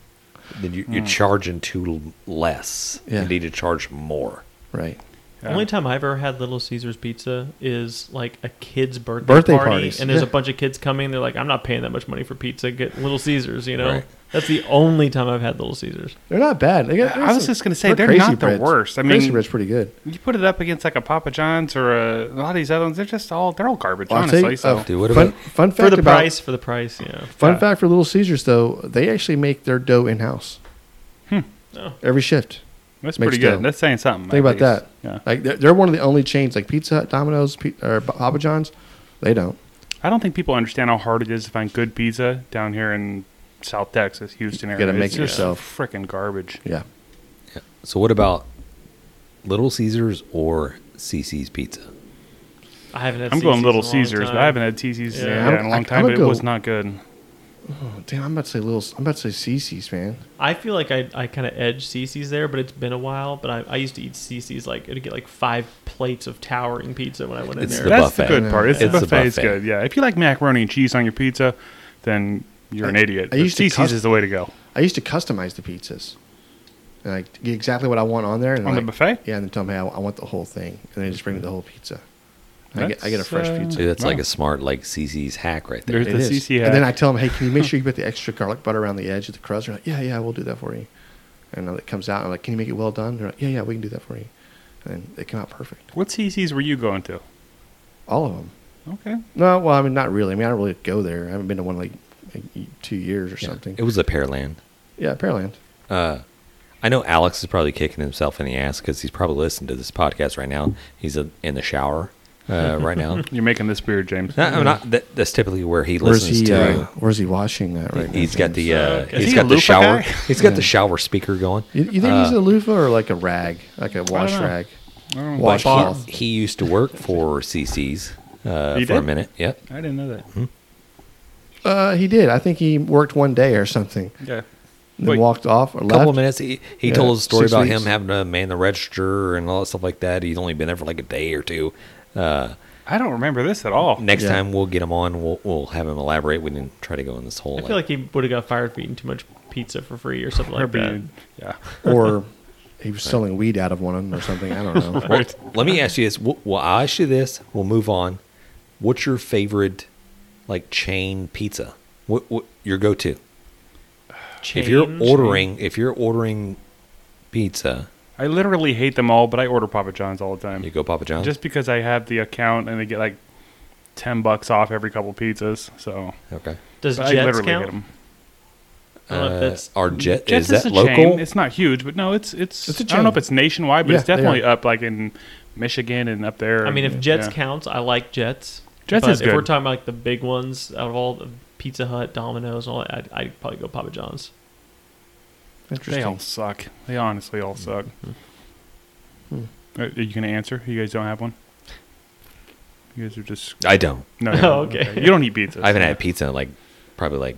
Then you, you're charging too l- less. Yeah. You need to charge more. Right. The Only time I've ever had Little Caesars pizza is like a kid's birthday, Birthday party, parties, and there's yeah. a bunch of kids coming. They're like, "I'm not paying that much money for pizza. Get Little Caesars." You know, Right. that's the only time I've had Little Caesars. They're not bad. They got, I there's was some- just gonna say, they're they're Crazy not the Bread's- worst. I Crazy mean- bread's pretty good. You put it up against like a Papa John's or a, a lot of these other ones. They're just all they're all garbage, I'll tell you, honestly. So uh, Dude, what fun, about- fun fact For the about, price, for the price, yeah. Fun Yeah. fact for Little Caesars, though, they actually make their dough in house. Hmm. Oh. Every shift. that's makes pretty good. dough. That's saying something. Think at about that. least. Yeah. Like they're, they're one of the only chains, like Pizza Hut, Domino's, P- or Papa John's. They don't. I don't think people understand how hard it is to find good pizza down here in South Texas, Houston You area. gotta make it's it just yourself. Freaking garbage. Yeah. So what about Little Caesars or CC's Pizza? I haven't had. I'm CC's going Little in a long Caesars, but time. I haven't had TC's Yeah. yeah. I'm- in a I- long I'm time. gonna But it go- was not good. Oh, damn, I'm about to say Little. I'm about to say CC's, man. I feel like I, I kind of edge CC's there, but it's been a while. But I, I used to eat CC's like it'd get like five plates of towering pizza when I went It's in the there. best. That's the buffet. good part. It's, It's the the buffet. It's buffet. good. Yeah. If you like macaroni and cheese on your pizza, then you're an I- idiot. I But used to TC's cus- is the way to go. I used to customize the pizzas, and like get exactly what I want on there. And On the like- buffet? Yeah, and then tell me I, I want the whole thing, and they just bring me the whole pizza. And I get I get a That's, fresh uh, pizza. Dude, that's like Wow. a smart like CC's hack right there. There's It the is. CC And then I hack. tell them, hey, can you make sure you put the extra garlic butter around the edge of the crust? They're like, yeah, yeah, we'll do that for you. And then it comes out, and I'm like, can you make it well done? They're like, yeah, yeah, we can do that for you. And they come out perfect. What CC's were you going to? All of them. Okay. No, well, I mean, not really. I mean, I don't really go there. I haven't been to one like, like two years or Yeah. something. It was a Pearland. yeah, Pearland. I know Alex is probably kicking himself in the ass because he's probably listening to this podcast right now. He's uh in the shower uh, right now. You're making this weird, James. No, I'm not. That, that's typically where he Where's listens he? to. Uh, where's he washing that right now? he's got the uh, Okay. Is he's he a got the loofah shower. guy? He's got the shower speaker going. You, you think uh, he's a loofah or like a rag, like a wash know. rag, don't know. But washcloth? he, he used to work for CC's uh, He for a did? minute. Yep. I didn't know that. Uh, he did. I think he worked one day or something. Yeah. and Wait. then walked off or A couple left. of minutes. He, he Yeah, told us a story six about weeks. him having to man the register and all that stuff like that. He's only been there for like a day or two. Uh, I don't remember this at all. next Yeah. time we'll get him on. We'll we'll have him elaborate. We didn't try to go in this whole. I feel like he would have got fired for eating too much pizza for free or something Or like that. being- yeah. or he was selling weed out of one of them or something. I don't know. Well, let me ask you this. We'll, we'll ask you this. We'll move on. What's your favorite, like chain pizza? What, what your go-to? if you're Chain. ordering, if you're ordering pizza, I literally hate them all, but I order Papa John's all the time. you go Papa John's. Just because I have the account and they get like ten bucks off every couple pizzas, so okay. does but I Jets literally count? hate them. I don't know if Uh, that's- our jet Jets is that a local? chain. It's not huge, but no, it's it's. It's a I don't know chain. if it's nationwide, but Yeah, it's they are. definitely up like in Michigan and up there. I mean, if and- Jets yeah. counts, I like Jets. Jets but is If we're good. talking about like the big ones out of all the Pizza Hut, Domino's, and all that, I'd, I'd probably go Papa John's. they all Interesting. suck. They honestly Hmm. all suck. Uh, Are you gonna answer? You guys don't have one. You guys are just I don't. no. Oh, no, okay. You don't eat pizza. I haven't so- had pizza in like probably like.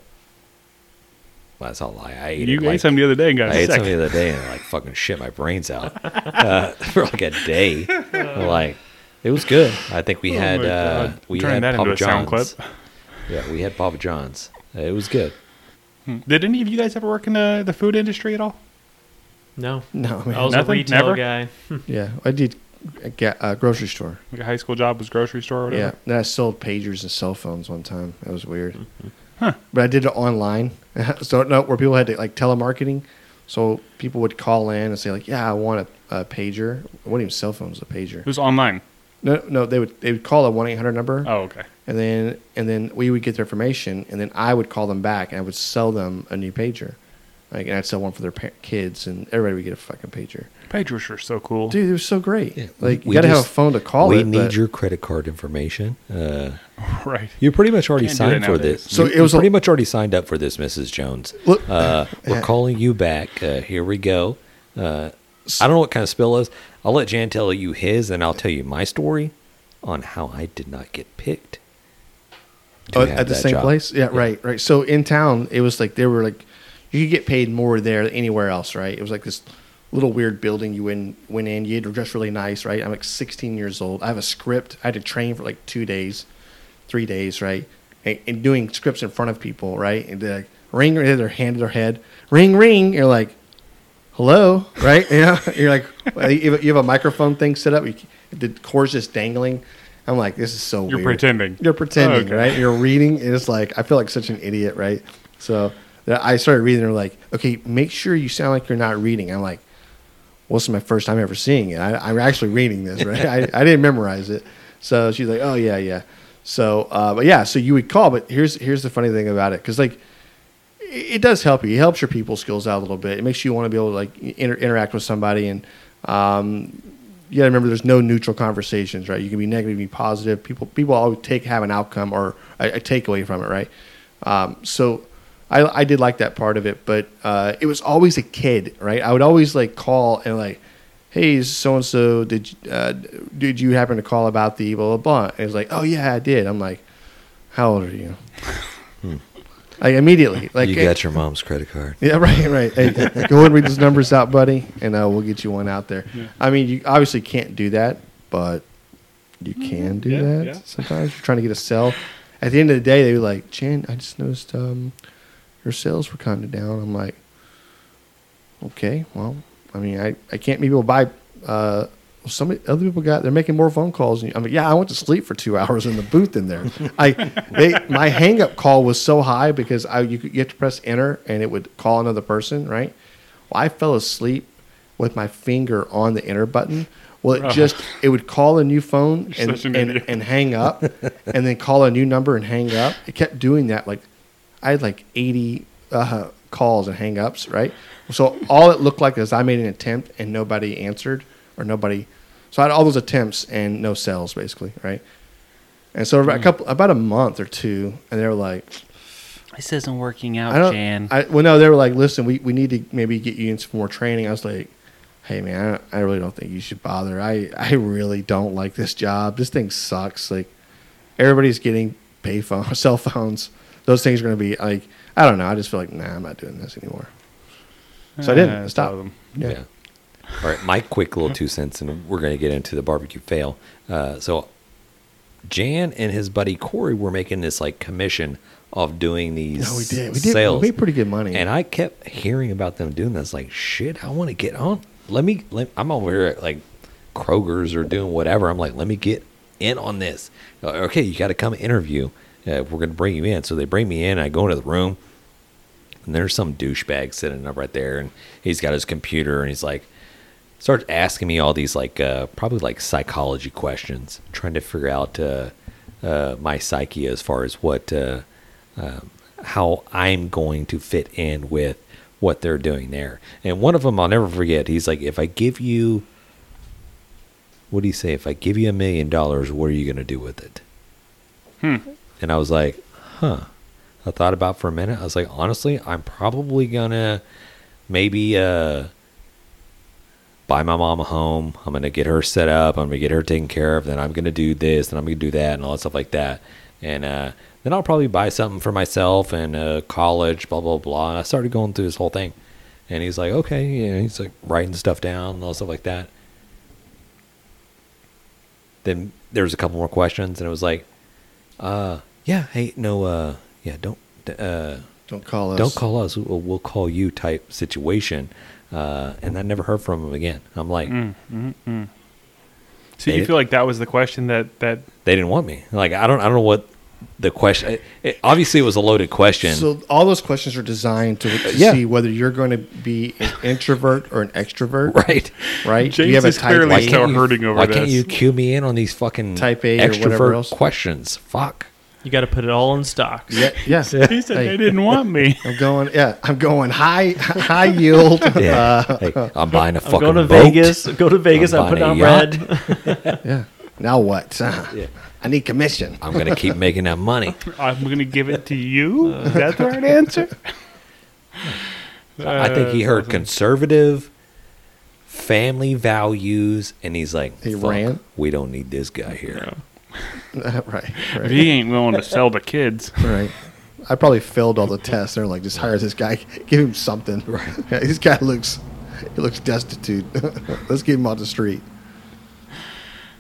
Well, that's all I, I ate. You it, ate like, some the other day and got I ate sick. some the other day and like fucking shit my brains out uh, for like a day. Uh. like it was good. I think we Oh had my uh, God. we Turn had that into Papa a sound John's. Yeah, we had Papa John's. It was good. Hmm. Did any of you guys ever work in uh, the, the food industry at all? No, No, man. I was Nothing? a retail Never? guy. Yeah, I did a ga- a grocery store. Like a high school job was grocery store or whatever? Yeah, then I sold pagers and cell phones one time. That was weird. But I did it online, so no, where people had to like telemarketing. So people would call in and say like, "Yeah, I want a, a pager." It wasn't even cell phones, a pager. It was online. No, no, they would they would call a one eight hundred number, Oh, okay. and then and then we would get their information, and then I would call them back, and I would sell them a new pager, like, and I'd sell one for their pa- kids, and everybody would get a fucking pager. Pagers are so cool. Dude, it was so great. like, you We gotta have a just- phone to call We it, need but- your credit card information. Uh, Right. you pretty much already Can't do that signed for nowadays. this. So You- it you was a- pretty much already signed up for this, Mrs. Jones. Look- uh, we're calling you back. Uh, here we go. Uh, I don't know what kind of spill is. I'll let Jan tell you his, and I'll tell you my story on how I did not get picked. to Oh, have at the that same job. place? Yeah, right, right. So in town, it was like they were like you could get paid more there than anywhere else, right? It was like this little weird building you went went in. You had to dress really nice, right? I'm like 16 years old. I have a script. I had to train for like two days, three days, right? And, and doing scripts in front of people, right? And they're like ring, ring, their hand to their head, ring, ring. You're like, hello, right? Yeah, you're like you have a- you have a microphone thing set up. You, c- the cord's just dangling. I'm like, this is so You're weird. pretending. You're pretending, Okay. right? You're reading, and it's like I feel like such an idiot, right? So then I started reading. They're like, okay, make sure you sound like you're not reading. I'm like, well, this is my first time ever seeing it. I, I'm actually reading this, right? I, I didn't memorize it. So she's like, oh yeah, yeah. So, uh, but yeah, so you would call, but here's here's the funny thing about it, because like it it does help you. It helps your people skills out a little bit. It makes you want to be able to like inter- interact with somebody, and um, you got to remember there's no neutral conversations, right? You can be negative, you can be positive. People people always take have an outcome or a, a takeaway from it, right? Um, so I I did like that part of it, but uh, it was always a kid, right? I would always like call and like. Hey, so and so, did you- uh, did you happen to call about the blah blah blah? And it's like, oh yeah, I did. I'm like, how old are you? Like immediately, like Hmm. you it- got your mom's credit card. yeah, right, right. Hey, go ahead and read those numbers out, buddy, and uh, we'll get you one out there. I mean, you obviously can't do that, but you can do Mm-hmm. yeah, that yeah. sometimes. You're trying to get a sell. At the end of the day, they were like, Jen, I just noticed um, your sales were kind of down. I'm like, okay, well, I mean, I, I can't maybe we'll buy. Uh, some other people got they're making more phone calls. And I'm like, yeah, I went to sleep for two hours in the booth in there. I they my hang up call was so high because I you, could- you have to press enter and it would call another person, right? Well, I fell asleep with my finger on the enter button. Well, it just it would call a new phone You're and such an and, idiot. and hang up, and then call a new number and hang up. It kept doing that. Like I had like eighty uh, calls and hang ups, right? So all it looked like is I made an attempt and nobody answered or nobody. So I had all those attempts and no sales, basically, right? And so about a couple, about a month or two, and they were like, This isn't working I out, don't. Jan. I, well, no, they were like, listen, we, we need to maybe get you in some more training. I was like, hey, man, I, don't- I really don't think you should bother. I, I really don't like this job. This thing sucks. Like, everybody's getting pay phone, cell phones. Those things are going to be like, I don't know. I just feel like, nah, I'm not doing this anymore. So I didn't. I Uh, stopped. tell them. Yeah. Yeah. All right, my quick little two cents, and we're going to get into the barbecue fail. Uh, so, Jan and his buddy Corey were making this like commission of doing these. No, we did. We did. Sales. We made pretty good money. And I kept hearing about them doing this. Like, shit, I want to get on. Let me. Let, I'm over here at like Kroger's or doing whatever. I'm like, let me get in on this. Uh, okay, you got to come interview. Uh, we're gonna bring you in. So they bring me in. I go into the room, and there's some douchebag sitting up right there, and he's got his computer, and he's like, starts asking me all these like uh, probably like psychology questions, trying to figure out uh, uh, my psyche as far as what uh, um, how I'm going to fit in with what they're doing there. And one of them I'll never forget. He's like, if I give you, what do you say? If I give you a million dollars, what are you going to do with it? And I was like, huh. I thought about it for a minute. I was like, honestly, I'm probably gonna maybe uh buy my mom a home. I'm gonna get her set up. I'm gonna get her taken care of. Then I'm gonna do this. Then I'm gonna do that and all that stuff like that. And uh, then I'll probably buy something for myself and uh, college. Blah blah blah. And I started going through this whole thing. And he's like, okay. You know, he's like writing stuff down and all stuff like that. Then there was a couple more questions, and it was like, uh, yeah, hey, no, uh, yeah, don't, uh, don't call us. don't call us. We'll, we'll call you type situation. Uh, and I never heard from him again. I'm like, So They- you feel like that was the question that that they didn't want me. Like, I don't, I don't know what the question. It, it- obviously, it was a loaded question. So all those questions are designed to, to Yeah. see whether you're going to be an introvert or an extrovert, right? right? Do James is type clearly A? Why still can't you- hurting over Why this. can't you cue me in on these fucking Type A or whatever extrovert else. questions? Fuck. You got to put it all in stocks. Yeah, yeah. he said Hey, they didn't want me. I'm going. Yeah, I'm going high, high yield. Yeah. Uh, Hey, I'm buying a I'm fucking going to boat. Vegas. Go to Vegas. I'm I'm, putting buying on a yacht. red. Uh, yeah. Now what? I need commission. I'm going to keep making that money. I'm gonna give it to you. Uh, Is that the right answer? I think he Uh, heard conservative family values, and he's like, He "Fuck, ran? We don't need this guy here. right, right, If he ain't willing to sell the kids, right. I probably failed all the tests. They're like, just hire this guy. Give him something. Yeah, this guy looks, he looks destitute. Let's get him off the street.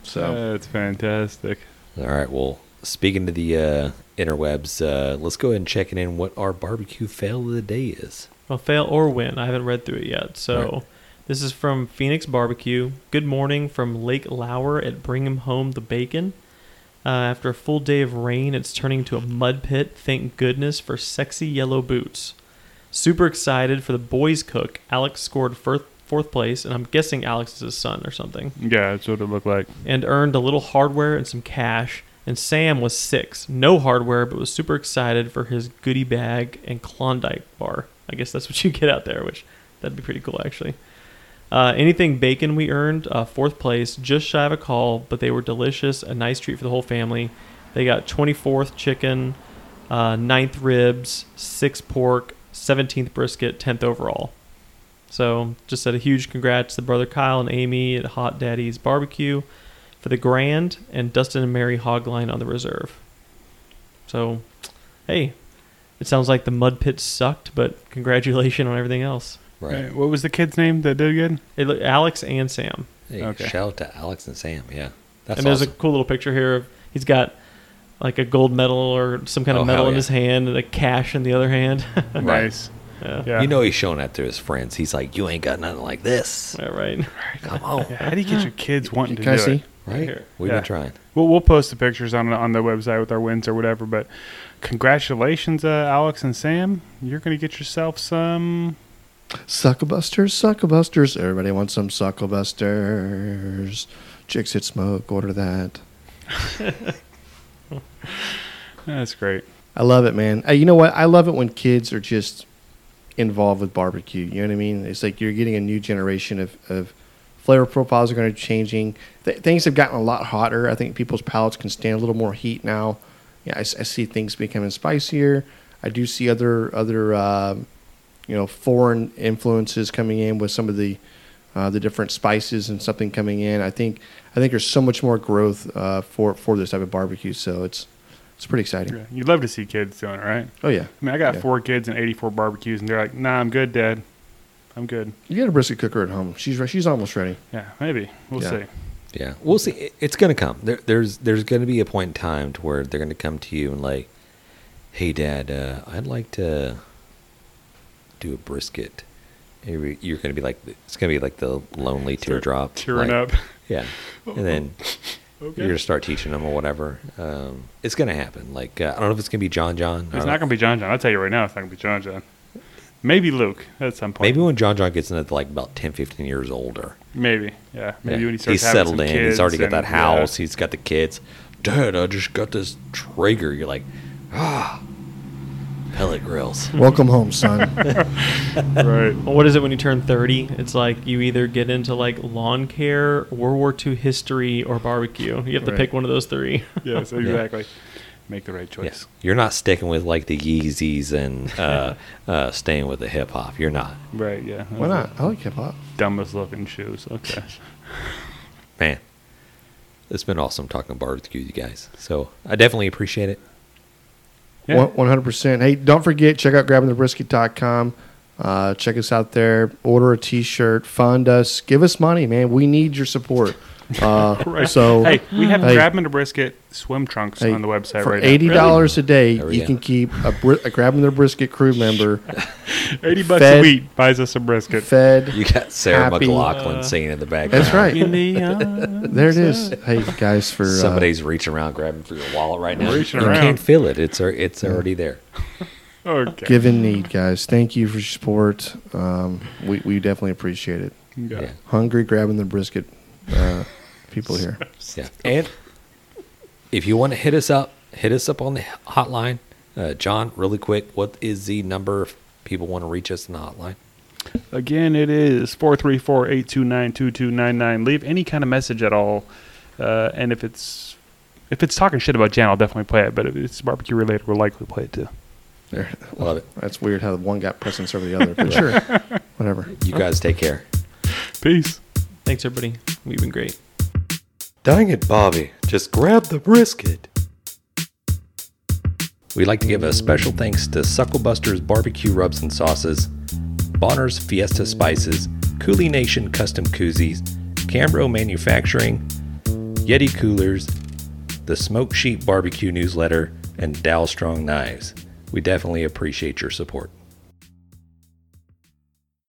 So that's fantastic. All right. Well, speaking to the uh, interwebs, uh, let's go ahead and check it in. What our barbecue fail of the day is? Well, fail or win. I haven't read through it yet. So this is from Phoenix Barbecue. Good morning from Lake Lauer at Bring'em Home the Bacon. Uh, after a full day of rain, it's turning to a mud pit. Thank goodness for sexy yellow boots. Super excited for the boys' cook. Alex scored fourth, fourth place, and I'm guessing Alex is his son or something, Yeah, that's what it looked like. and earned a little hardware and some cash. And Sam was six, no hardware, but was super excited for his goodie bag and Klondike bar. I guess that's what you get out there, which that'd be pretty cool actually. Uh, anything bacon we earned, uh, fourth place, just shy of a call, but they were delicious, a nice treat for the whole family. They got 24th chicken, uh, 9th ribs, 6th pork, 17th brisket, 10th overall. So just said a huge congrats to brother Kyle and Amy at Hot Daddy's Barbecue for the grand and Dustin and Mary Hogline on the reserve. So, hey, it sounds like the mud pit sucked, but congratulations on everything else. Right. Hey, What was the kid's name that did good? Hey, look, Alex and Sam. Hey, Okay. Shout out to Alex and Sam. Yeah. That's and there's awesome. a cool little picture here of he's got like a gold medal or some kind Oh, of medal hell in yeah. his hand and a cash in the other hand. Right. Nice. yeah. Yeah. You know he's showing that to his friends. He's like, "You ain't got nothing like this. Yeah, right. Come on, how do you get your kids wanting to can I do see? it? right? Here. We've Yeah. been trying." We'll, we'll post the pictures on on the website with our wins or whatever. But congratulations, uh, Alex and Sam. You're gonna get yourself some. Suckabusters, suckabusters. Everybody wants some suckabusters. Chicks hit smoke. Order that. That's great. I love it, man. Uh, you know what? I love it when kids are just involved with barbecue. You know what I mean? It's like you're getting a new generation of, of flavor profiles are going to be changing. Th- things have gotten a lot hotter. I think people's palates can stand a little more heat now. Yeah, I, s- I see things becoming spicier. I do see other other um, you know foreign influences coming in with some of the uh, the different spices and something coming in. I think I think there's so much more growth uh, for for this type of barbecue. So it's it's pretty exciting. Yeah. You'd love to see kids doing it, right? Oh yeah. I mean, I got Yeah. four kids and 84 barbecues, and they're like, "Nah, I'm good, Dad." I'm good. You got a brisket cooker at home. She's re- she's almost ready. Yeah, maybe we'll Yeah. see. Yeah, we'll see. It- It's gonna come. There, there's there's gonna be a point in time to where they're gonna come to you and like, "Hey, Dad, uh, I'd like to do a brisket." You're you're gonna be like, it's gonna be like the lonely teardrop, Tearing like- up. Yeah, and then Okay. you're gonna start teaching them or whatever. Um, it's gonna happen. Like uh, I don't know if it's gonna be John John. It's not going to be John John. I'll tell you right now, it's not going to be John John. Maybe Luke at some point. Maybe when John John gets into like about 10, 15 years older, Maybe. Yeah. Maybe Yeah. when he starts he's having settled some in. Kids he's already got and- that yeah. house. He's got the kids. Dad, I just got this Traeger. You're like, ah, pellet grills. Welcome home, son. right. Well, what is it when you turn 30? It's like you either get into like lawn care, World War II history, or barbecue. You have to Right. pick one of those three. Yes, exactly. Make the right choice. yes, you're not sticking with like the Yeezys and uh, uh, staying with the hip hop. You're not, Right, yeah. Why not? I like hip hop. Dumbest looking shoes. Okay. man. It's been awesome talking barbecue with you guys. So I definitely appreciate it. Yeah. One hundred percent. Hey, don't forget check out grabbingthebrisket.com. Uh, check us out there. Order a T-shirt. Fund us. Give us money, man. We need your support. Uh, Right. So hey, we have Hey. grabbing a brisket swim trunks Hey, on the website for right eighty dollars a day, There we you go. can keep a, bri- a grabbing their brisket crew member now. Eighty bucks a fed- week buys us a brisket. fed. You got Sarah Happy- McLaughlin Uh, singing in the background. That's right. India. There it is. Hey guys, for uh, Somebody's reaching around grabbing for your wallet right now. Reaching you around. can't feel it. It's al- it's already there. okay. give in need, guys. Thank you for your support. Um, we we definitely appreciate it. Okay. Yeah. Hungry grabbing the brisket uh, people here. Yeah. And if you want to hit us up, hit us up on the hotline. Uh, John, really quick, what is the number if people want to reach us in the hotline? Again, it is 434 829 2299. Leave any kind of message at all. Uh, and if it's if it's talking shit about Jan, I'll definitely play it. But if it's barbecue related, we'll likely play it too. There. Love it. That's weird how one got precedence over the other. But sure, whatever. You guys take care. Peace. Thanks, everybody. We've been great. Dang it, Bobby. Just grab the brisket. We'd like to give a special thanks to Sucklebuster's Barbecue Rubs and Sauces, Bonner's Fiesta Spices, Cooley Nation Custom Koozies, Cambro Manufacturing, Yeti Coolers, the Smoke Sheep Barbecue Newsletter, and Dow Strong Knives. We definitely appreciate your support.